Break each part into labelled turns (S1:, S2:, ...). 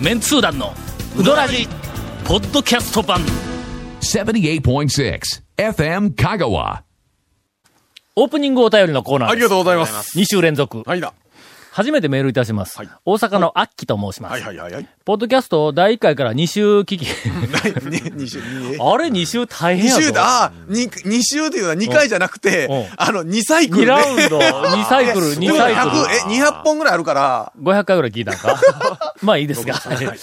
S1: メンツー団のウドラジポッドキャスト版
S2: 78.6 FM Kagawa.
S1: オープニングお便りのコーナー
S3: ありがとうございます。
S1: 2週連続、
S3: はいだ。
S1: 初めてメールいたします、
S3: はい
S1: 大阪のアッキと申します、
S3: はいはいはいはい。
S1: ポッドキャストを第1回から2週聞 き
S3: に二週、に
S1: あれ2週大
S3: 二
S1: 変やぞ
S3: 週だ、あーに二週っていうのは二回じゃなくて
S1: うんうん、
S3: あの、二サイクル、
S1: 2
S3: ね。
S1: ラウン ド、2サイクル、
S3: で
S1: 2
S3: も
S1: サイク
S3: 100
S1: ル。
S3: え、二百本ぐらいあるから、
S1: 500回ぐらい聞いたんか まあいいですが。
S3: はい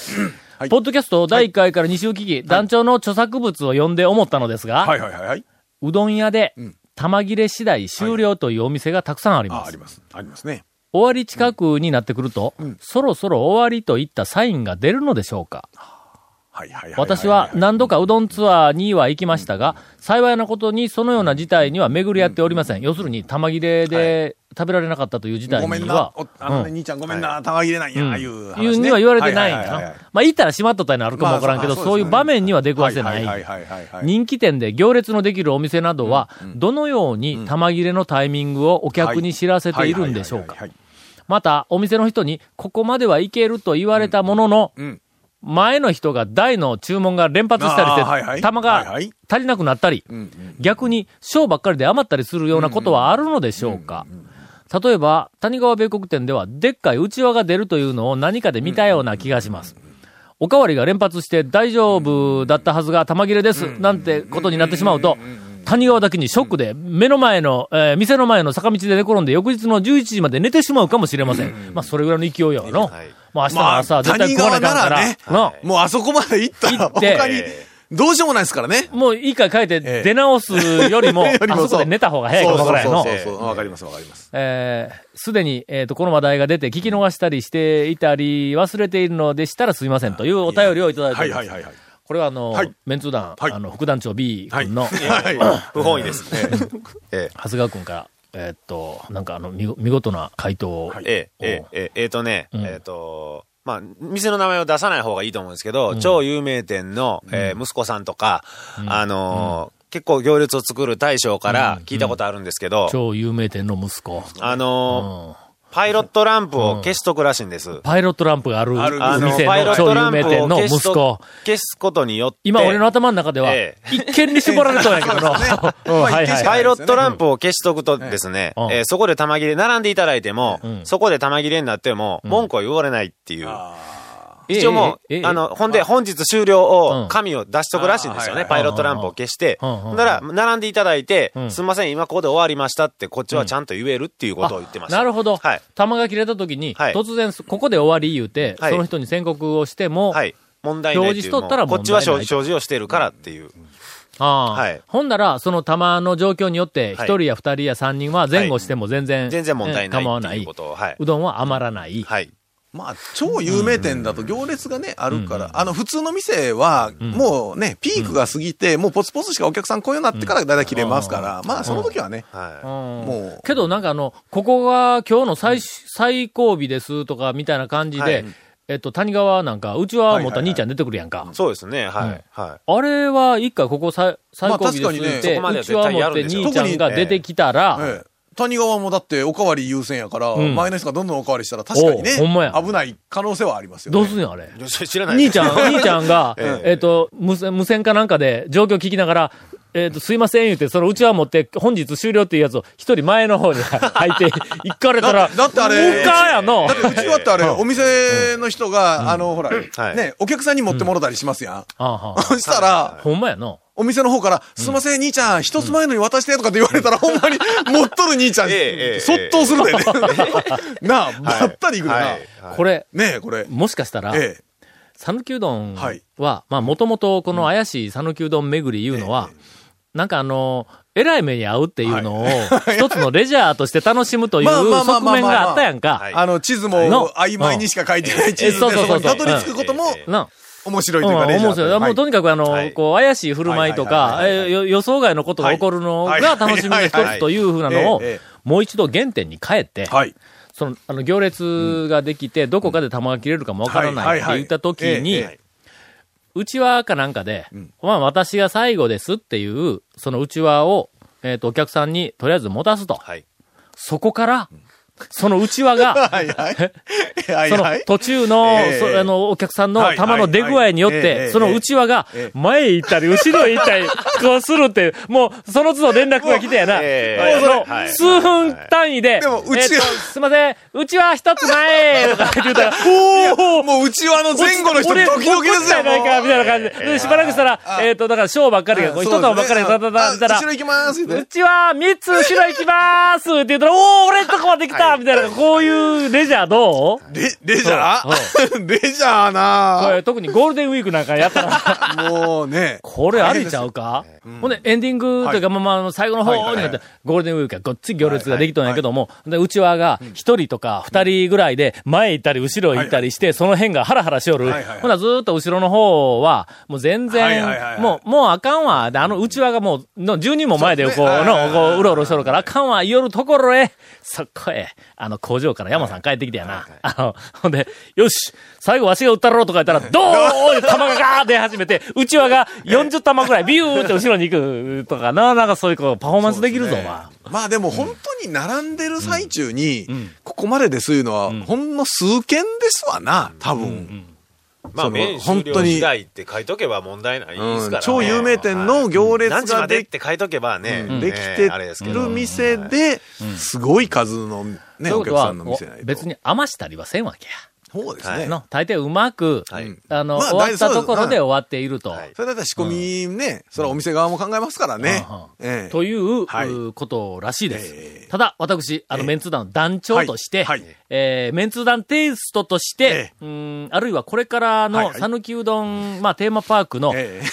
S1: ポッドキャスト第1回から2週聞き、団長の著作物を読んで思ったのですが、
S3: はいはいはいはい。
S1: うどん屋で、玉切れ次第終了というお店がたくさんあり
S3: あ
S1: ま
S3: ー、あ
S1: す
S3: り。ます。ありますね。
S1: 終わり近くになってくると、そろそろ終わりといったサインが出るのでしょうか
S3: はいはいはいいい。
S1: 私は何度かうどんツアーには行きましたが、幸いなことにそのような事態には巡り合っておりません。要するに玉切れで食べられなかったという事態
S3: ごめん
S1: に
S3: な
S1: は、。
S3: おあのね、
S1: うん
S3: 兄ちゃんごめんな。玉切れないや、ああいう話ね。
S1: いうには言われてないんだ
S3: ははは
S1: な
S3: は。
S1: まあ、行ったら閉まっとったりなるかもわからんけど、
S3: まあ
S1: そういう場面には出くわせな
S3: はい
S1: い。
S3: はいはいはいはい。
S1: 人気店で行列のできるお店などは、どのように玉切れのタイミングをお客に知らせているんでしょうか
S3: はいはいはいはいはい
S1: また、お店の人に、ここまではいけると言われたものの、
S3: んうん
S1: 前の人が台の注文が連発したりして、
S3: あーはいはい
S1: 玉
S3: はい
S1: が
S3: はい
S1: 足りなくなったり、逆に、賞ばっかりで余ったりするようなことはあるのでしょうか。例えば、谷川米国店では、でっかい内輪が出るというのを何かで見たような気がします。おかわりが連発して大丈夫だったはずが玉切れです、なんてことになってしまうと、谷川だけにショックで、目の前の、えー店の前の坂道で寝転んで、翌日の11時まで寝てしまうかもしれません。まあ、それぐらいの勢いやわの。まあ、明日の朝、
S3: まあ
S1: 絶対食わなあかんから、
S3: 谷
S1: な
S3: もうあそこまで行ったら、
S1: 行って
S3: 他に、どうしようもないですからね。
S1: もういいか書いて
S3: ええ
S1: 出直すよりも、あ
S3: よりもそう
S1: そこで寝た方が早いかもわからんやの
S3: そう。そうそうそう。わかりますわかります。
S1: えーすでに、えっ、と、この話題が出て聞き逃したりしていたり、忘れているのでしたらすいませんというお便りをいただいてお
S3: はい
S1: ります。
S3: はいはいはい。
S1: これはあの、
S3: はい
S1: メンツー団、
S3: はい
S1: あの、副団長 B 君の、
S3: はい。
S4: 不本意です。え
S1: 長谷川君から、えーっと、なんかあの、見ご見事な回答を。
S4: え、ええ、ええ、ええ、えーとね、
S1: ん
S4: えっと、まあ、店の名前を出さない方がいいと思うんですけど、超有名店の、えー息子さんとか、あのー、結構行列を作る大将から聞いたことあるんですけど、
S1: 超有名店の息子。
S4: あ
S1: う
S4: の
S1: ん。
S4: ー、パイロットランプを消しとくらしいんです。
S1: パイロットランプがある
S3: ある
S4: あの、
S1: 店
S4: パイロ
S1: の
S4: ット
S1: 超
S4: ラ
S1: 有
S4: ンプ
S1: 名店
S4: を
S1: の
S4: 消
S1: 息
S4: しと
S1: 子。
S4: 消すことによって、
S1: 今、俺の頭の中では、
S4: え
S1: 一見に絞られたんやけどな うん
S3: まあ
S1: はい
S3: 一見し
S1: は
S3: か
S1: い。
S4: パイロットランプを消しとくとですね、
S1: うん
S4: えーそこで玉切れ、並んでいただいても、そこで玉切れになっても、文句は言われないっていう。一応も
S1: ええええ
S4: う、あの、ほんで、本日終了
S1: うん
S4: を、紙を出しとくらしいんですよ
S3: あ
S4: ね。
S3: ー
S4: パイロットランプを消して。
S1: うんうんうん
S4: ほんなら、並んでいただいて
S1: ん、
S4: すみません、今ここで終わりましたって、こっちはちゃんと言えるっていうことを言ってました。
S1: なるほど。
S4: はい。
S1: 弾が切れた時に、
S4: はい
S1: 突然、ここで終わり言うて、
S4: はい
S1: その人に宣告をしても、
S4: はい。問題ないって
S1: 表
S4: い
S1: 示
S4: う。
S1: しとったら
S4: もうこっち
S1: 問
S4: は
S1: 題ない
S4: 表示をしてるからっていう。
S1: ああ
S4: はい
S1: ほんなら、その弾の状況によって、一
S4: はい
S1: 人や二人や三人は前後しても全然、
S4: 全然問題な
S1: 構わ
S4: いっ
S1: な
S4: ていう
S1: い。
S4: こ。とを。はいう
S1: どんは余らない。
S4: はい。
S3: まあ、超有名店だと行列がね、あるから、あの、普通の店は、もうね、ピークが過ぎて、もうポツポツしかお客さん来ようになってからだいたい切れますから、まあ、その時はね、
S4: はい。
S3: もう
S1: けどなんかあの、ここが今日の最,、最後尾ですとかみたいな感じで、
S4: はい
S1: えっと、谷川なんか、うちは持った兄ちゃん出てくるやんか。
S4: そうですね。は
S1: うん
S4: い。は
S1: あれは一回ここ最最後尾です
S3: まあ確かにね
S1: って、
S4: そこま
S1: う
S4: では
S1: ち
S4: 絶
S1: は
S4: 対
S1: 持
S4: や
S1: って
S4: るでしょう
S1: 兄ちゃんが出てきたら、
S3: ええ谷川もだっておかわり優先やから、前の人がどんどんおかわりしたら確かにね、
S1: おうほんまや
S3: 危ない可能性はありますよね。
S1: どうすんねんあれ。
S4: い。知らないです
S1: 兄ち ゃん、兄ちゃんが、
S4: え
S1: えっと、無線無線かなんかで状況聞きながら、えっ、と、すいません言うて、そのうちわ持って、本日終了っていうやつを一人前の方に 入って、行かれたら、
S3: だだってあれ
S1: うかやの。
S3: だってうちはってあれ、お店の人が、あの、ほら、
S4: はい
S3: ね、お客さんに持ってもろたりしますやん。
S1: あんはん
S3: そしたら、
S1: ほんまやの。
S3: お店の方から、すいません、兄ちゃん、一つ前のに渡してとかって言われたら、ほんまに、持っとる兄ちゃん、
S4: ええええ
S3: そっとうするでね。なあ、ばったりいくでな。
S4: はいはい
S1: これ、
S3: ねえ、これ。
S1: もしかしたら、
S3: ええ。
S1: 讃岐うどんは、
S3: はい
S1: まあ、もともとこの怪しい讃岐うどん巡りいうのは、なんかあの、えらい目に遭うっていうのを、一つのレジャーとして楽しむという
S3: まあまあまあ
S1: 側
S3: まあまあ
S1: 面があったやんか。
S4: はい
S3: あの、地図も
S1: の
S3: 曖昧にしか書いてない地図で、
S1: うんええそうそ
S3: そこ
S1: う
S3: に
S1: そう
S3: たどり着くことも
S4: えええ
S1: な
S3: 面白い
S1: うん、
S3: というか、レジャ
S1: 思う
S3: ー
S1: んです
S3: という
S1: よ。
S3: か
S1: もうとにかくあの、
S4: はい
S1: こう、怪しい振る舞いとか、
S3: はいはいはいはい
S1: えよ予想外のことが起こるのが
S3: はい
S1: 楽しみの一つというふうなのを
S3: はいはいはいえええ、
S1: もう一度原点に帰って、
S3: はい。
S1: その、あの、行列ができて、どこかで玉が切れるかもわからないって言った時
S3: はい
S1: に
S3: はいはいえええ、
S1: うちわかなんかで、まあ私が最後ですっていう、そのうちわを、えっ、と、お客さんにとりあえず持たすと。
S4: はい。
S1: そこから、その内輪が、
S3: はいはい。はい
S1: その
S3: はい。
S1: 途中の、
S3: ええ
S1: そあの、お客さんの
S3: はい
S1: 球の出具合によっ
S3: はいはいえ
S1: て、
S3: え
S1: その内輪が
S3: え、え
S1: 前へ行ったり、後ろへ行ったり、こうするって、もう、その都度連絡が来てやな。もう
S4: ええ
S1: その
S4: は、い
S1: 数分単位で、
S3: でも内輪
S1: えっとすいません、うちは一つ前とか言うたら、
S3: おおもう、うちわの前後の人、
S1: 俺
S3: ドキドキですよ。
S1: 俺怒ったやないか、み
S3: もう
S1: たいな感じで。で、しばらくしたら、えっと、だから、ショーばっかりが、こう、一
S3: そうで
S1: 玉
S3: すね
S1: ばっかりが、だだだだだ
S3: あ
S1: だ
S3: 後ろ行きます言う
S1: う
S3: て
S1: ちは三つ後ろ行きまーすって言ったら、おー、俺んとこまで来たみたいな、こういうレジャーどう
S3: レ、レジャー レジャー
S1: こ
S3: な
S1: れ特にゴールデンウィークなんかやったら、
S3: ぁもうね。
S1: これありちゃうか、ほんで、エンディングというか、まあまああの、最後の方に
S3: はい
S1: な
S3: は
S1: っ
S3: い
S1: て、ゴールデンウィークはごっつい行列ができとんやけども、で、うちわが一人とか二人ぐらいで、前行ったり後ろ行ったりして、その辺がハラハラしおる。
S3: はいはいはい
S1: ほな、ずーっと後ろの方は、もう全
S3: はいはいはいは
S1: 然、
S3: い
S1: もう、もうあかんわ。で、あのうちわがもう、の10人も前で、こう、
S3: そうですね
S1: の、こ
S3: は
S1: う、
S3: いう
S1: ろうろしとるから、あかんわ、夜ところへ、そこへ、あの、工場から山さん帰ってきてやな。あの、ほんで、よし、最後わしが打ったろうとか言ったら、 ドーンって弾がガーって出始めて、うちわが40弾ぐらいビューって後ろに行くとかな、なんかそういうこう、パフォーマンスできるぞ、お前。
S3: まあでも本当に並んでる最中に、ここまでですいうのは、ほんの数件ですわな、多分。
S4: まあ、
S3: その
S4: 名
S3: 本
S4: 終了
S3: 当に
S4: 次第って書いとけば問題ないですから、ね
S3: 超有名店の行列
S4: 何時ま
S3: が
S4: で
S3: で
S4: っ
S3: き
S4: て書いとけばね、
S3: できて
S4: ねあれですけど
S3: る店で、すごい数のね、
S1: という
S3: お
S1: こと
S3: 客さ
S1: は
S3: んの店ない、と
S1: 別。に余したりはせんわけ
S3: そうです
S4: は
S3: ね
S1: や。。の、大抵うまく、
S4: はい
S1: あの、
S3: まあ
S1: 終わったと
S3: 大
S1: ころで
S3: そうですうん
S1: 終わっていると。
S4: はい
S3: それだったら仕込みね、それはお店側も考えますからね
S1: うんうん。
S3: ええ
S1: という、
S3: はいう
S1: ことらしいです。
S3: ええ
S1: ただ、私、あの、
S3: ええ
S1: メンツ団の団長として、
S3: はいはい
S1: えーメンツ団テイストとして、うーん、あるいはこれから
S3: はい
S1: の
S3: はい
S1: 讃岐うどん、まあ、テーマパークの、
S3: え え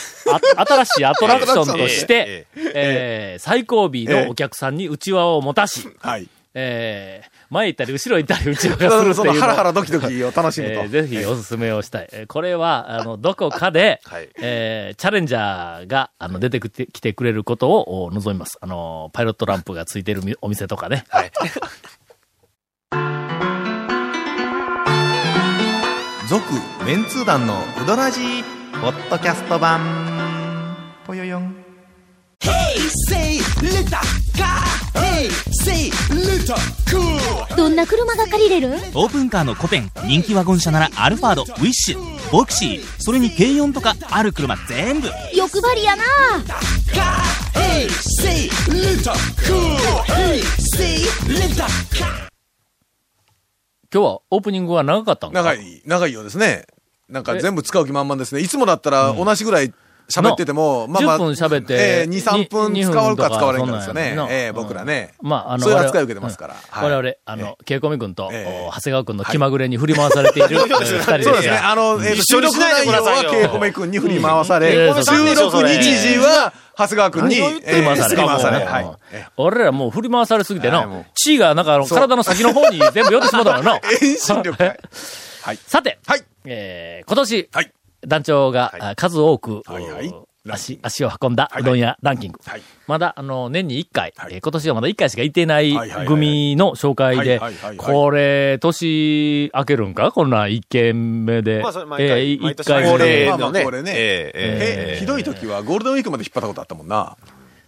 S1: あ新しいアトラクションと して、え
S4: え
S1: ー最後尾のお客さんにうちわを持たし、
S3: はい。
S1: えー前行ったり後ろ行ったりうちわがする
S3: そ
S1: って
S3: の
S1: いう
S3: ハラハ
S1: のを。
S3: ラドキドキを楽しむと。
S1: えーぜひおすすめをしたい。えーこれは、あの、どこかで、
S4: はい
S1: えーチャレンジャーが、あの、出てきて来てくれることをお望みます。あの、パイロットランプがついてるみお店とかね。
S4: はい。
S5: 続メンツー団のウドラジーポッドキャスト版ぽよよん
S6: Say little car. Hey, say little cool.
S7: どんな車が借りれる
S8: オープンカーのコペン人気ワゴン車ならアルファードウィッシュボクシーそれに軽4とかある車全部
S7: 欲張りやな
S6: Car. Hey, say little cool. Hey, say little.
S1: 今日はオープニングは長かったんか
S3: 長い、長いようですね。なんか全部使う気満々ですね。いつもだったら同じぐらい喋ってても、まあまあ。
S1: 10分喋って
S3: ええ2、3分
S1: に
S3: 使うか
S1: に
S3: 使われんかですよね
S1: そんなんや。な
S3: ええ僕らね。
S1: まあ、あの、
S3: そういう
S1: 我々
S3: 扱いを受けてますから
S1: うん
S3: はい
S1: 我々、あの、ケイコミ君と、
S3: ええ
S1: お長谷川君の気まぐれに振り回されている、えー二人です
S3: そうですね。
S1: が
S3: あの、えっと
S4: 一緒にしないでくださいよ
S3: 収録内容はケイコメ君に振り回され、
S1: うん
S3: 収録日時は長谷川君に、
S1: 振り回され
S3: 振
S1: る
S3: り回され。は
S1: もう
S3: い。
S1: 俺らもう振り回されすぎて
S3: はい
S1: な
S3: もう、
S1: 地位がなんかあの体の先の方に全部寄ってしまったから な。
S3: 遠心力。はい
S1: さて、
S3: はい
S1: えー今年、
S3: はい
S1: 団長が、あ数多く、
S3: はいはい
S1: 足足を運んだうどん屋ランキング。
S3: はい
S1: まだ、あの、年に1回、
S3: はい
S1: えー今年はまだ1回しか行ってない
S3: はいはいはい
S1: 組の紹介で
S3: はいはいはいはい、
S1: これ、年明けるんかこんなん1軒目で。
S4: まあそれ毎回
S1: えー
S4: 毎
S1: 一
S4: 年
S1: 回目
S4: 恒例
S3: まあまあ
S4: のね
S3: これね。
S4: え
S3: え
S4: ええ
S3: え
S4: え
S3: ひどい時はゴールデンウィークまで引っ張ったことあったもんな。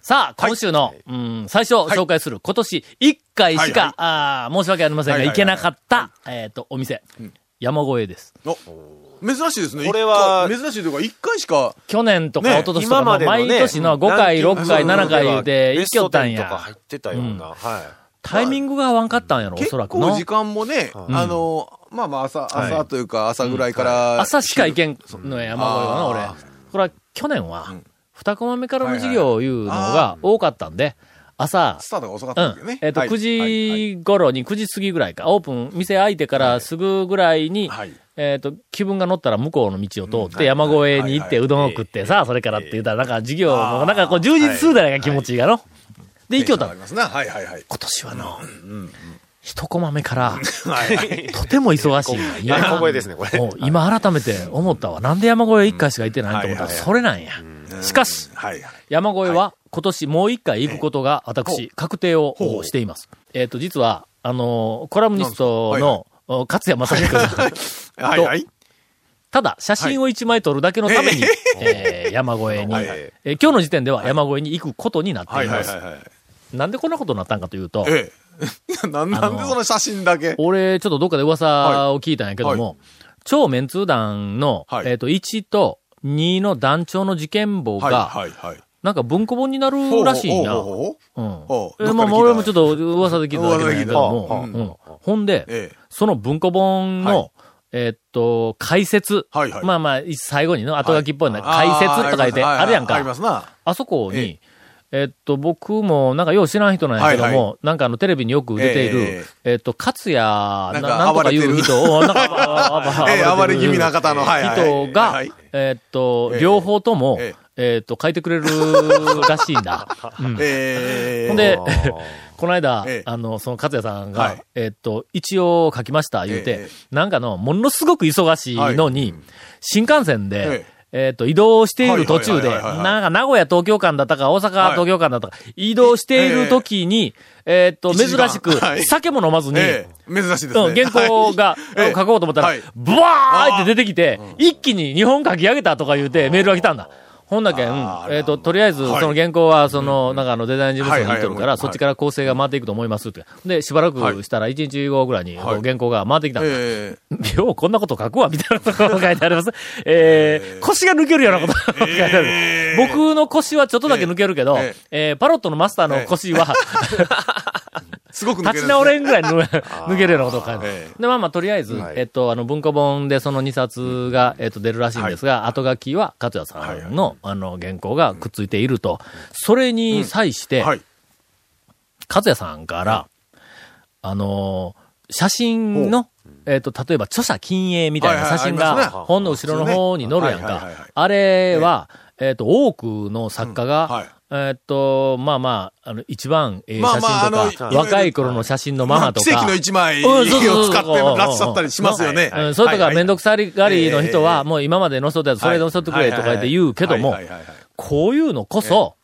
S1: さあ、今週の、うん、最初紹介する、今年1回しか、
S3: はいはい
S1: あー申し訳ありませんが、
S3: はいは
S1: 行
S3: いはい
S1: けなかった、えっ、と、お店、山越えです。
S3: お珍しいですね。
S4: これは
S3: 一回珍しいというか、一回しか、
S1: 去年とか
S3: ね
S1: 一昨年とか、
S4: 今までのね
S1: 毎年の5回、
S4: ランキ
S1: 6
S4: ング
S1: 回、
S3: そう
S1: 7回言うて、行
S4: ベ
S1: き
S4: ス
S1: よっ
S4: ト
S1: たん
S4: 10とか入
S1: や
S4: っ。てたような。はい。
S1: タイミングが合わんかったんやろ、おそ
S3: 結
S1: らく
S3: 構
S1: の
S3: 時。間もね、あの、まあまあ朝、
S4: い
S3: 朝というか朝ぐらいから。
S1: 朝しか行けんのや、山越えはな、俺
S3: あ。
S1: これは、去年は、二コマ目からの授業いうの
S3: はいはいはい
S1: が多かったんで、朝、
S3: スタートが遅かっ
S1: う
S3: たんだけど
S1: ん
S3: ね。。
S1: えっ、と、
S3: はい
S1: 9時頃に、9時過ぎぐらいか、オープン、店開いてからすぐぐらいに、
S3: はいはい
S1: えっ、と、気分が乗ったら向こうの道を通って、山越えに行って、うどんを食って、さあ、それからって言ったら、なんか授業の、なんかこう、充実するじゃないか、気持ちがの。で、行きよった
S3: ありますな。はいはいはい。
S1: 今年はの、一コマ目から、 とても忙し い。
S4: 山越えですねこれ
S1: もう今改めて思ったわ。なんで山越え一回しか行ってないと思ったら、
S3: はいはいはい
S1: それなんや。しかし、
S3: はいはい。
S1: 山越えは今年もう一回行くことが私、確定をしています。えっと、実は、あのー、コラムニストの、お勝谷正彦さん。
S3: はいはい。
S1: ただ、写真を一枚撮るだけのために、えー山越えに、
S4: はいはい
S1: えー今日の時点では山越えに行くことになって
S3: はいいは
S1: ま
S3: い
S1: す。
S3: はいはい。
S1: なんでこんなことになったんかというと、
S3: ええ。 なんなんでその写真だけ。
S1: 俺、ちょっとどっかで噂を聞いたんやけども、
S3: は
S1: 超メンツー団の、
S3: はい
S1: えっ、と、1と2の団長の事件簿が、
S3: はいはいはい。
S1: なんか文庫本になるらしいんや。
S3: ほうほうほうほう
S1: うん
S3: ほう
S1: え
S3: どっ
S1: ま
S3: か
S1: あ、
S3: で聞いた
S1: 俺もちょっと噂で聞いただけなんやけども
S3: 噂、で聞い
S1: うんほんで、
S3: ええ
S1: その文庫本の、
S3: は
S1: えっと、解説。
S3: はいはい
S1: まあまあ、最後にの後書きっぽいの、解説とか言って
S3: あー
S1: あるやんか。
S3: ありますな。
S1: あそこに、
S3: え
S1: えっと、僕も、なんか、よう知らん人なんやけども、
S3: はいは
S1: なんか、あの、テレビによく出ている、
S3: え
S1: えっと、勝也な、
S3: なんか
S1: なんとかいう
S3: 暴れてる
S1: 人を、なんかあば、あば
S3: え え暴れ気味な方のはいはい
S1: 人が、
S3: はい
S1: えっと、
S3: ええ
S1: 両方とも、え
S3: え
S1: っと、書いてくれるらしいん だ。うん
S3: ええ
S1: ほんで、 この間、
S3: ええ
S1: あの、その勝也さんが、
S3: はい
S1: えっと、一応書きました、言うて、
S3: ええ
S1: なんかの、ものすごく忙しいのに、新幹線で
S3: え、
S1: えっと、移動している途中で、
S3: はいはいはいはいはい
S1: なんか名古屋東京間だったか、大阪
S3: はい
S1: 東京間だったか、移動している時に、えっと、
S3: 一時間
S1: 珍しく
S3: は、い
S1: 酒も飲まずに、
S3: ええ珍しいです
S1: うん、
S3: ね。
S1: 原稿が、
S3: はい
S1: うん書こうと思ったら、
S3: はい
S1: ブワーって出てきて、一気に日本書き上げたとか言うてメールが来たんだ。ほんだけん、えっ、と、とりあえず、
S3: はい
S1: その原稿は、その、なんかあの、デザイン事務所に
S3: はい
S1: 行っと
S3: はい
S1: るか
S3: は
S1: ら、
S3: い
S1: そっちから構成が回っていくと思いますって。で、しばらくしたら、1日後ぐらいに、
S3: はい
S1: 原稿が回ってきたんだ。
S3: え
S1: よう、こんなこと書くわ、みたいなところが書いてあります。えー腰が抜けるようなことが書いてある。
S3: えー
S1: 僕の腰はちょっとだけ抜けるけど、え
S3: え
S1: ー
S3: ー
S1: パロットのマスターの腰は、
S3: えすごく抜ける
S1: 立
S3: んです
S1: ち
S3: ね
S1: 直れんぐらい 抜抜けるよう なことを書いてある
S3: え
S1: で、まあまあ、とりあえず、
S4: はい
S1: えっと、あの、文庫本でその2冊が、えっと、出るらしいんですが、後書きは、勝也さんの、あの、原稿がくっついていると。それに際して、
S3: はい。
S1: 勝也さんから、あのー写真の、えっ、と、例えば著者禁影みたいな
S3: はいは
S1: 写
S3: い
S1: 真
S3: あ
S1: が
S3: りますね
S1: 本の後ろの方に載るやん
S3: はいはいはいは
S1: か
S3: い。
S1: あれは、えっ、と、多くの作家が、
S3: うんはい
S1: えっ、と、まあまあ、あの、一番ええ写真とか、
S3: まあまああの
S1: 若い頃の写真のマ
S3: まあ
S1: マとか。
S3: 奇跡の一枚
S1: う
S3: を
S1: んそうそうそう
S3: 使ってらっしゃったりしますよね。
S1: うん、それとか、めんど
S3: く
S1: くさがりの人は、もう今まで載せたやつ、それ載せてくれとか言って言うけども
S3: はい、はいはいはい
S1: こういうのこそ、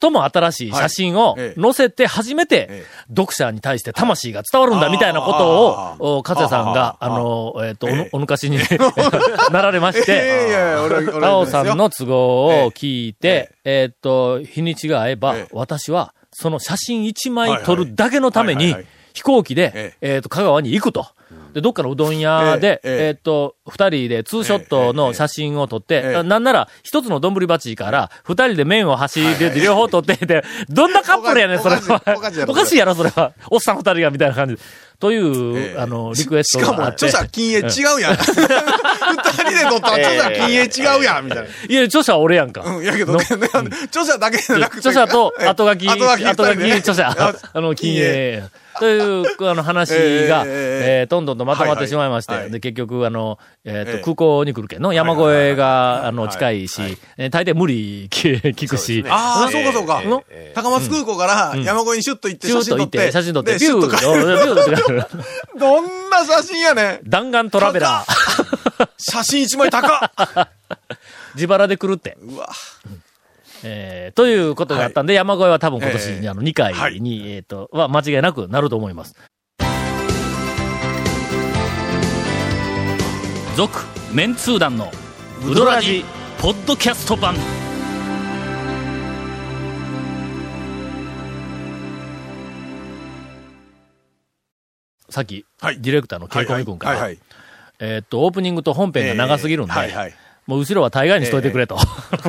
S1: 最も新しい写真を
S3: はいええ
S1: 載せて初めて
S3: え、
S1: 読者に対して魂が伝わるんだみたいなことを、お勝也さんが、あの、えっと、おぬ
S3: ええ
S1: お抜かしに なられまし
S3: いやい
S1: て、
S3: や、俺は、俺
S1: ラ
S3: は
S1: オ
S3: いいです
S1: さ
S3: よ
S1: んの都合を聞いて、えっと、日にちが合えば
S3: ええ、
S1: 私は、その写真1
S3: はい
S1: 枚
S3: はい
S1: 撮るだけのため
S3: はい
S1: に
S3: はいはい、
S1: 飛行機で
S3: え、
S1: えっと、香川に行くと。で、どっかのうどん屋で、
S3: ええええ
S1: えっと、二人でツーショットの写真を撮って、
S3: ええ
S1: なんなら、一つの丼鉢から、二人で麺を端で両方撮って、で、どんなカップルやねん、それは。
S3: おかしいおかしいやろ
S1: おかしいやろ、それは。おっさん二人が、みたいな感じで。という、
S3: ええ
S1: あの、リクエス
S3: し
S1: ト
S3: か
S1: が
S3: も、
S1: あって。
S3: 著者禁煙違うやん。二人で撮ったら著者禁煙違うやん、みたいな。
S1: いや、著者は俺やんか。
S3: うん、やけどね、あの著者だけじゃなく て。
S1: 著者と
S3: え
S1: 後書き、後書き、著者、
S3: あ
S1: あの、禁煙。という、あの、話が、え
S3: え
S1: ーどんどんとまとまってしまいまし
S3: はいは
S1: て、
S3: い
S1: で、結局、あの、えっ
S3: え
S1: と、
S3: え
S1: 空港に来るけんの、山
S3: はい
S1: 越
S3: はい
S1: え
S3: はい
S1: が、あの、近いし、えー大抵無理き聞くし、
S3: ああ、そうかそうか
S1: の。
S3: 高松空港から山越えにシュッと行って
S1: シュ
S3: 写
S1: ーと
S3: 真撮
S1: 行っ、
S3: ってて。
S1: 写真撮って、
S3: で
S1: ビ
S3: シュ
S1: ュ
S3: ッ
S1: ー
S3: と
S1: ビ
S3: 帰る
S1: ューとか、
S3: どんな写真やねん。
S1: 弾丸トラベラー、
S3: 写真一枚高 っ
S1: 自腹で来るって。
S3: うわ。
S1: えーということがあったんで、山越えは多分今年、
S3: ええ
S1: あの、2回に、えっ、と、は間違いなくなると思います。続、メンツー団の、ウドラジ、ポッドキャスト版。さっき、
S3: はい
S1: ディレクターのケイコミ君から、
S3: はいはい
S1: えっ、と、オープニングと本編が長すぎるんで、
S3: ええはいはい
S1: もう後ろは大概にしといてくれと。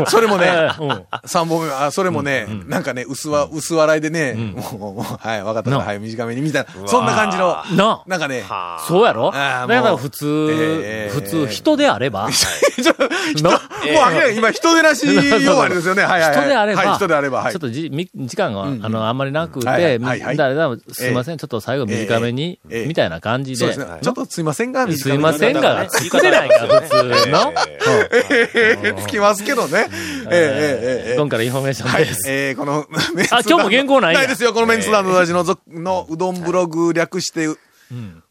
S3: それもね
S1: ええ うん
S3: 三本目は、あそれもね、なんかね、薄わ、薄笑いでね、もう、もう、はい、わかったから、
S1: なあ
S3: はい、短めに、みたいな、そんな感じの、
S1: なあ
S3: なんかね、
S1: そうやろだ
S3: あ
S1: か
S3: ーもう
S1: ら普通、
S3: えー
S1: 普通、人であれ ば、な
S3: もう明らかに今、人でなし、 要はあれですよね、はいはいはい。
S1: 人であれば、
S3: はい、人であれば、はい
S1: ちょっ。とじみ時間が、
S3: うん
S1: あの、あんまりなくて、
S3: はいはいはいはい
S1: だだすいません、ちょっと最後短めに、
S3: ええ
S1: みたいな感じ
S3: そう
S1: で、
S3: ですね。ちょっとすいませんが、短
S1: す
S3: め
S1: い
S3: に
S1: ませんが、作れないから、普通の。
S3: つきますけどね。ええええええ
S1: 今からインフォメーション
S3: はい
S1: です。
S3: えー、この、 メンツ
S1: あ今日も原稿ないんや
S3: ないですよ、このメンツ団のラジの、のうどんブログ略して、う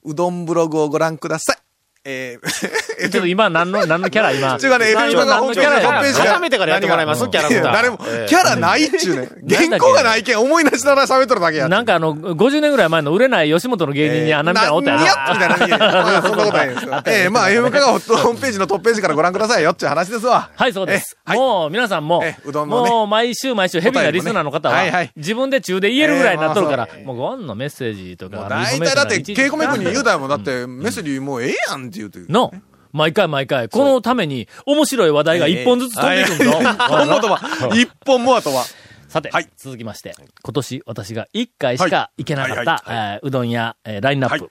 S3: どんブログをご覧ください。えーえ
S1: ちょ
S3: っ
S1: っ
S3: と
S1: と今、何の、何のキャラ今。
S3: ちゅうかね、エビ
S1: 何
S3: チ
S1: の
S3: マが
S1: 何
S3: 本
S1: の
S3: 当
S1: キ
S3: に
S1: ャ
S3: キャ
S1: ラや
S3: ラ
S1: から
S3: やホームページから
S4: 改めてからやってもらいます
S1: 何
S4: キャラクター
S3: 誰も
S4: ええ、
S3: キャラないっちゅうね。原稿がないけん、思い出しながら喋っとるだけや。
S1: なんかあの、50年ぐらい前の売れない吉本の芸人に穴みたいなのおったやろ
S3: な。んやみたいな。まあ そんなことないですよ。ええ、まあ、エムカがホームページのトップページからご覧くださいよっていう話ですわ。
S1: はい、そうです。
S3: えはい
S1: もう、皆さんも、
S3: えうどんのね
S1: もう、毎週毎週、ヘビーなリスナーの方は、
S3: お便りもねはいはい
S1: 自分で中で言えるぐらいになっとるから、
S3: えーまあそうね
S1: もう、ご案のメッセージとか、あの
S3: 大体だって、
S1: インフォメーションなんかいちいち
S3: 稽古メ君に言うたらもんだって、メッセージもうええやんって言うて。
S1: の、毎回毎回、このために、面白い話題が一本ずつ飛んでいくん ぞ。
S3: 本もとは、一本もあとは。
S1: さて、
S3: はい
S1: 続きまして、今年私が1回しか行けなかった、
S3: は
S1: えーうどん屋、えーラインナップ、
S3: はい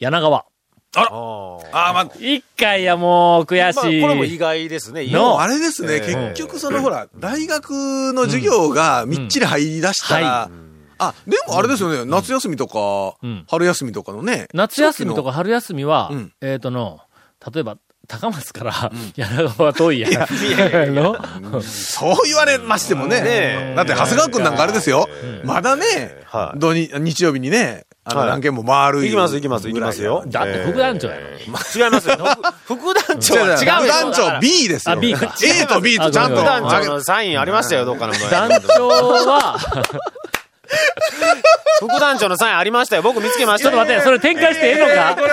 S1: 柳川。
S3: ああ、まあ、
S1: 1回やもう、悔
S4: まあこ
S1: しい。
S4: れも意外ですね。
S1: の
S3: あれですね、
S4: ええ
S3: 結局そのほら、大学の授業がみっちり入り出したら、あ、でもあれですよね、夏休みとか
S1: うん、
S3: 春休みとかのね。
S1: 夏休みとか
S3: 初
S1: 春休みは、
S3: うん
S1: えっ、との、例えば、高松から、柳川は遠いやん。の
S3: 期の。そう言われましてもね。
S4: ねえ
S3: だって、長谷川くんなんかあれですよ。まだね、
S4: はい
S3: 土日日曜日にね、あの、
S4: はい
S3: 何件も回る
S4: 行きます行きます行きますよ。
S1: だって副団長やろ
S4: えー違 いますよ。副副団長
S3: 違う違う
S4: は違うよ。
S3: 団長 B ですよ。
S1: あ B か
S3: A と B とちゃん
S1: あご
S3: と。
S4: 副
S1: めん
S4: 団
S1: ごめ
S4: 長のサインありましたよ、どっかのものに
S1: 団長は、
S4: 副団長のサインありましたよ。僕見つけまし
S1: ちょ
S4: た
S1: っと待って、それ展開してええの
S3: あ
S1: か
S3: これ、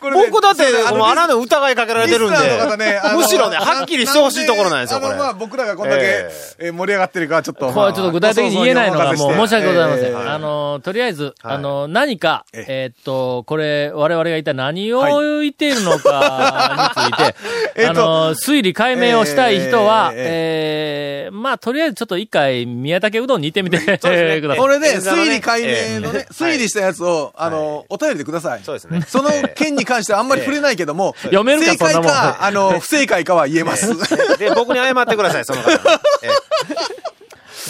S3: これね
S4: 僕だって、
S3: あの
S4: もうあらぬ疑いかけられてるんで
S3: リスナーの方ね。あの
S4: むしろね、はっきりしてほしいところなんですよ、こ
S3: あの、まあ、
S4: れ。
S3: 僕らがこんだけ、
S4: え
S3: えー盛り上がってるかはちょっと。
S1: これちょっと具体的に言えないのがもう申し訳ございません。あ
S3: あの、
S1: の、とりあえず、
S4: はい
S1: あの、何か、
S3: ええ
S1: えーっと、これ、我々が一体何を言っているのかについて、
S3: えー
S1: あ
S3: っと
S1: の、推理解明をしたい人は、え
S3: え
S1: ーまあ、とりあえずちょっと一回、宮武うどんに行ってみて くだ
S4: そうですね
S1: さい。
S3: これで、
S4: 演座のね
S3: 推理解明のね
S4: え、え
S3: 推理したやつを、あの、お便りでください。
S4: そうですね。
S3: その件に関してはあんまり触れないけども、
S1: 読めるか
S3: 正解
S1: そんなもん
S3: か、あの、不正解かは言えます。
S4: で、僕に謝ってください、そ の方。え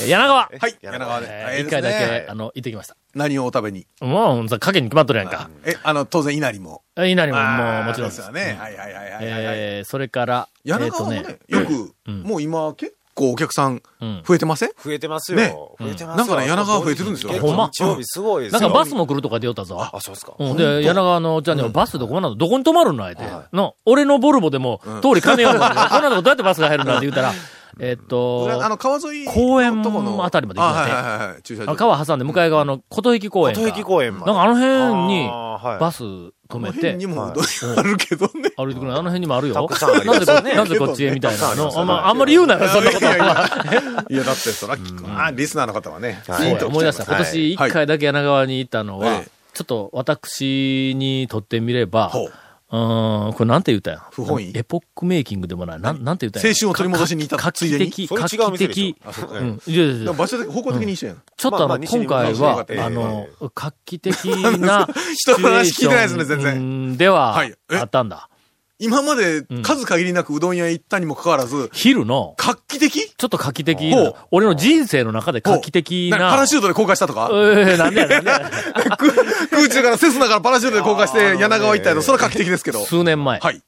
S1: 柳川、
S3: はい、柳川で。
S1: えー
S3: ええ
S1: 一
S3: です
S1: 回だけ
S3: ね、
S1: あの、行ってきました。
S3: 何をお食べに。
S1: もう、さ影に決まっとるやんか。
S3: え、あの、当然、稲荷も。
S1: え稲荷も、
S3: あ
S1: もう、
S3: ー
S1: もちろんで。
S3: ですすよね。はいはいはいはいはいはい。
S1: えーそれから、えー
S3: 柳
S1: っと
S3: 川もね
S1: ね、、
S3: よく、もう今結構お客さん
S1: うん
S3: 増えてません
S4: 増えてますよ。
S3: ね
S4: 増えてますよ。
S3: なんかね柳川増えてるんですよ
S4: 結構
S1: ほんま
S4: 日曜日すごいです
S1: な
S4: よ
S1: んかバスも来るとか出よったぞ。
S4: あ、そうですか。
S1: うん、で、柳川のおっちゃんにはバスでこんなのどこに止まるんないって。の、俺のボルボでも、通り金よるから、こんなとこどうやってバスが入るんだって言ったら、えっ
S3: そ
S1: と
S3: れ、あの、川沿いの
S1: 公園
S3: とこの
S1: あたりまで行きましたね
S3: あはいはいはい。駐車場。
S1: 川挟んで向かい側の琴引公園か。
S4: 琴駅公園
S1: な
S4: まで。
S1: んかあの辺に
S4: あーはい
S1: バス止め
S3: この辺
S1: て
S3: に、もうどん屋あるけどね。
S1: 歩いてくるあの辺にもあるよ。
S4: たくさんあり
S1: な
S4: ま
S1: ん
S4: す
S1: でこ
S4: ね
S1: なぜこっちへみたいな
S4: たく
S1: の。
S4: さんありますよ
S1: あんまあんまり言うなよ、そんなこと
S3: いやいやい
S1: は。
S3: やいや、だって、そら、あ、リスナーの方はね、
S4: はい
S3: ピン
S1: そう
S3: と
S1: や
S3: 来
S1: 思い
S3: ちゃ
S1: 出
S3: ま
S1: し
S3: す
S1: た。今年一回だけ柳川に行ったのは
S3: ええ、
S1: ちょっと私にとってみれば、
S3: ほう
S1: うーん、これなんて言ったんや
S3: 不本意
S1: エポックメイキングでもない。なん、なんて言ったんや
S3: 青春を取り戻しに行った
S1: か
S3: ついでに
S1: 画期的、
S4: それ
S1: 画
S4: 違う
S1: 期
S4: 店で
S1: 的
S4: し。ょあそうか
S1: うん。いやいやい
S3: で
S1: や
S3: も場所的、方向的に一緒やん。
S1: ちょっとあ
S4: ま
S1: の、
S4: あまあ西
S1: 今
S4: に
S1: 回は、
S3: 西に
S1: あの、画期的なシチ ュ
S3: 人の
S1: エー
S3: 話
S1: シ
S3: 聞いてないですね全然
S1: ョンでは
S3: はいえ
S1: あったんだ。
S3: 今まで数限りなくうどん屋行ったにもかかわらず、
S1: 昼の、
S3: 画期的
S1: ちょっと画期的
S3: ほ
S1: な
S3: う、
S1: 俺の人生の中で画期的
S3: なんかパ
S1: な
S3: ラ、シュートで降下したとか
S1: えーなんでやなんでや
S3: 空空中からセスナからパラシュートで降下して柳川行ったやつ、それは画期的ですけど。
S1: 数年前、
S3: はい。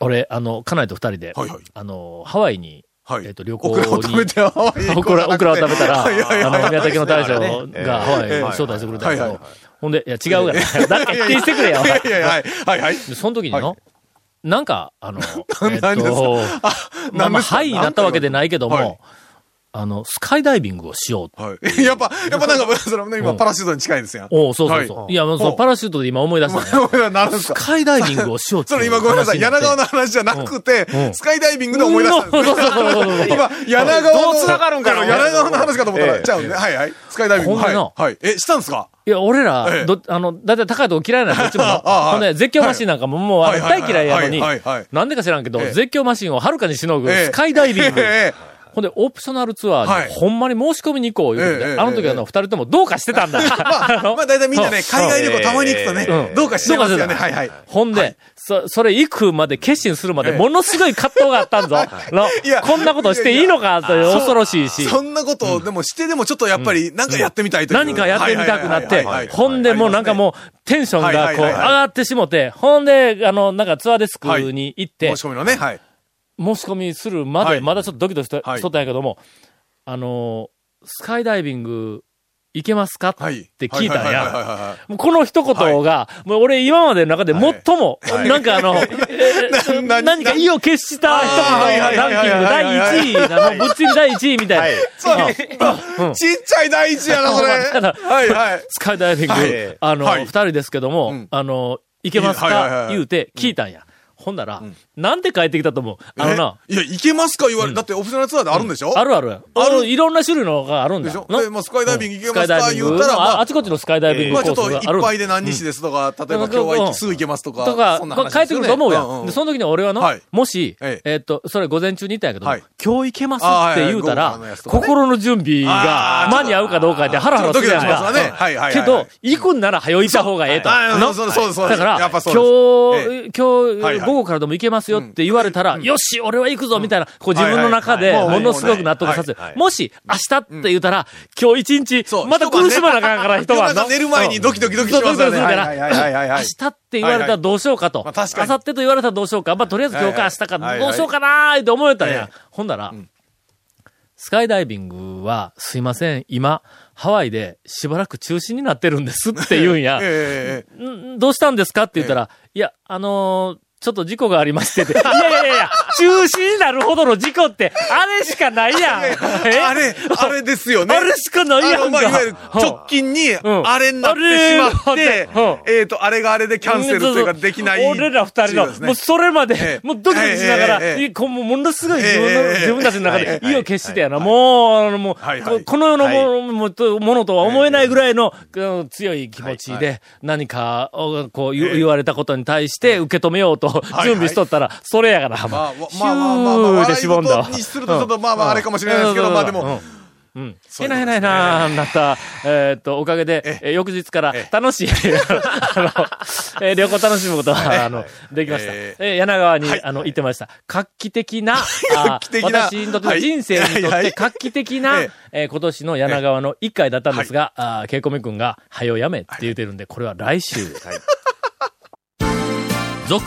S1: 俺、あの、家内と二人で
S3: はいはい、
S1: あの、ハワイに、
S3: はい。
S1: えっと旅行に
S3: オクラを食べて、ハワイ行
S1: オ
S3: こ
S1: ク
S3: うじ
S1: ラ、
S3: ゃな
S1: オ
S3: くて
S1: クラを食べたら、
S3: いやいや
S1: あの、宮崎の大将がハワイ
S3: ええ
S1: に招待してくれたけ
S3: はい
S1: ど
S3: は、
S1: ほんで、いや、違うがな。誰か否定してくれよ。
S3: いやいやいや、はい、はい、はい。
S1: でその時にの、
S3: は
S1: なんか、あの、えっ
S3: 何です
S1: と、まあ
S3: 何
S1: まあ、
S3: ですか
S1: はいになったわけでないけども、
S3: はい
S1: あの、スカイダイビングをしようと。
S3: はい。やっぱ、やっぱなんか、それ
S1: う
S3: ね、今
S1: ん
S3: パラシュートに近いですやん。
S1: おうそうそうそう。、
S3: はい
S1: や、もうそのパラシュートで今思い出 したね。
S3: お前ら何です
S1: ス
S3: か
S1: カイダイビングをしようってい
S3: そうれ
S1: 話になって。
S3: 今ごめんなさい、柳川の話じゃなくて
S1: うんうん、
S3: スカイダイビングで思い出したんです。
S1: うんそうそうそうそうそう
S3: 今、柳川の。
S4: どう繋がるんかな
S3: あの柳川の話かと思った
S4: え
S3: ら、
S4: え
S3: ちゃうんで。はいはい。スカイダイビング。
S1: ほん
S3: は
S1: で
S3: い。
S1: の
S3: はい。え、したんですか
S1: いや、俺ら、
S3: ええ
S1: ど、あの、だいたい高いとこ嫌いなんで、どっちも
S3: ああ
S1: な。
S3: はい
S1: ほんで、絶叫マシンなんかももう、あ
S3: は
S1: れ
S3: い
S1: 大嫌いやのに
S3: はいはいはいはい、
S1: なんでか知らんけど、
S3: ええ
S1: 絶叫マシンをはるかにしのぐ、
S3: ええ
S1: スカイダイビング。
S3: ええ
S1: ほんで、オプショナルツアー
S3: は
S1: に、
S3: い
S1: ほんまに申し込みに行こう、言うて、
S3: ええええ
S1: あの時はあの、二人ともどうかしてた んだ。あの
S3: まあ大体みんなね、
S1: そう
S3: 海外旅行たまに行くと
S1: う
S3: ね
S1: ん、
S3: どうかしてます
S1: ど
S3: よ
S1: うか
S3: ね。
S1: してた
S3: はいはい。
S1: ほんで、そ、それ行くまで、決心するまで、
S3: ええ
S1: ものすごい葛藤があったん ぞ。の
S3: いや
S1: こんなことしていいのか、という恐ろしいし。
S3: そんなことを、でもしてでもちょっとやっぱり、なんかやってみたいという
S1: 何かやってみたくなっ
S3: はい
S1: て
S3: はいはいはい、
S1: ほんでもうなんかもう、テンションがこう、上がってしもて、ほんで、あの、なんかツアーデスクに行って
S3: 申、し込みのね、はい。
S1: 申し込みするま
S3: は
S1: で、
S3: い
S1: まだちょっとドキドキしとし
S3: はい
S1: とったんやけども、あのー、スカイダイビングいけますか、
S3: はい。
S1: って聞いたん
S3: はいはいはい
S1: や。
S3: はいはい
S1: もうこの一言が、もう俺今までの中で最も、なんかあの、えー
S3: な な
S1: 何か意を決した一言のランキング第1位なの、ぶっちり第1位みたいな。
S3: はいそう。ちっちゃい第一や な、それ。
S1: ただ
S3: はいはい。
S1: スカイダイビング、
S4: はい
S1: あの、二、
S3: はい
S1: 人ですけども、
S3: うん
S1: あの、行けますか、
S3: いはいはいはい
S1: 言うて聞いたんや。ほんなら、なんで帰ってきたと思う あのな、
S3: えいや、行けますか言われ、だってオプショナルツアーであるんでしょ
S1: あるある。あ
S3: ある
S1: の、いろんな種類のがあるんだ
S3: でしょ
S1: な
S3: でまあスカイダイビング
S1: うん
S3: 行けますか
S1: スカイダイビング
S3: 言うたら
S1: の
S3: まあ
S1: あ、あちこちのスカイダイビング
S3: ま
S1: コ
S3: あ
S1: ース
S3: ちょっと、い
S1: がある。
S3: っぱいで何日ですとか、例えば今日はすぐ行けますとか、
S1: とか、
S3: そんな
S1: まあ
S3: 話
S1: 帰
S3: で
S1: っ
S3: す
S1: てく
S3: よ
S1: る
S3: ね
S1: と思うやん。
S3: んん
S1: でその時に俺はの、
S3: はい
S1: もし、
S3: え
S1: えっと、それ午前中に行ったんやけど、
S3: はい
S1: 今日行けます
S3: あー
S1: って言うた
S3: はい
S1: ら、
S3: はい午後のやつとかね
S1: 心の準備が
S3: あー
S1: 間に合うかどうかでハラハラするやん
S3: ちょっ
S1: か。
S3: とドキドキしますわねはいはいはい
S1: けど、行くんなら早行った方がええと。
S3: あ
S1: な
S3: あ、そうそうそう。
S1: だから、
S3: や
S1: 今
S3: っぱ
S1: 日、
S3: そうです。ええは
S1: 今
S3: い
S1: 日、
S3: はい
S1: 午後からでも行けますよって言われたら、よし、俺は行くぞみたいな、こう自分の中で
S3: はいはいは
S1: も
S3: い
S1: のすごく納得させる
S4: はいは。い
S1: もし、明日って言ったら、今日一
S3: そ
S1: 日、
S3: う
S1: また苦しまなあかんから、一
S3: 夜
S1: 晩の
S3: 中。寝る前にドキドキドキしますよね。
S1: そう
S3: は
S1: だか
S3: い
S1: ら
S3: はいはい
S1: 明
S3: はい。
S1: 日って言われたらどうしようかと。
S3: はいはいまあ確かに
S1: 明後日と言われたらどうしようか。まあ、とりあえず今日か明日
S3: は
S1: か、
S3: いは
S1: ど
S3: いう
S1: しようかなーって思えたん
S3: はいは
S1: や
S3: い。
S1: ほんなら、スカイダイビングは、すいません、今、ハワイでしばらく中止になってるんですって言うん や。
S3: ええ
S1: んどうしたんですかって言ったら、いや、あのーちょっと事故がありま してて。いやいやいやいや、中止になるほどの事故って、あれしかないやん。え
S3: ええ あれ、あれですよね。
S1: あれしかないやんか
S3: あのまあいわゆる直近に、あれになってしまって
S1: あれは、
S3: えっと、あれがあれでキャンセルというかできない。
S1: 俺ら二人の、
S3: ですね
S1: もうそれまで、
S3: ええ
S1: もうドキドキしながら、
S3: ええええええ
S1: いこうもうものすごい自分の、
S3: ええええ
S1: 自分たちの中
S3: は
S1: で
S3: い
S1: 意を決してやな、もう、あのもう、
S3: はいはい
S1: ここの世のも,、
S4: は
S1: もとものとは思えないぐらいの、うん強い気持ちで、何かをこう言,、言われたことに対して受け止めようと、
S3: い
S1: 準備しとったら、それやから、
S3: まあ、
S1: も
S3: ま
S1: うシュ
S3: あまあまあ、まあ、
S1: ーでしぼんだわ。
S3: 笑い事にするとちょっとまあまああれかもしれないですけど、まあで
S1: うん
S3: も、
S1: うん。
S3: そう
S1: え
S3: いう
S1: な
S3: ことですね
S1: いないなーなった、えーっと、おかげで、え翌日から楽しい、あの、えー旅行楽しむことが、あの、できました。え
S3: え
S1: ー柳川に
S3: はい、
S1: あの、行ってました。画期的 な、あ
S3: 期的な
S1: 私にとっての
S3: はい
S1: 人生にとっ
S3: はいは
S1: て
S3: い
S1: 画期的な
S3: ええ、
S1: えー今年の柳川の一回だったんですが、あーケイコミ君が、はよやめって言ってるんで、これは来週。続、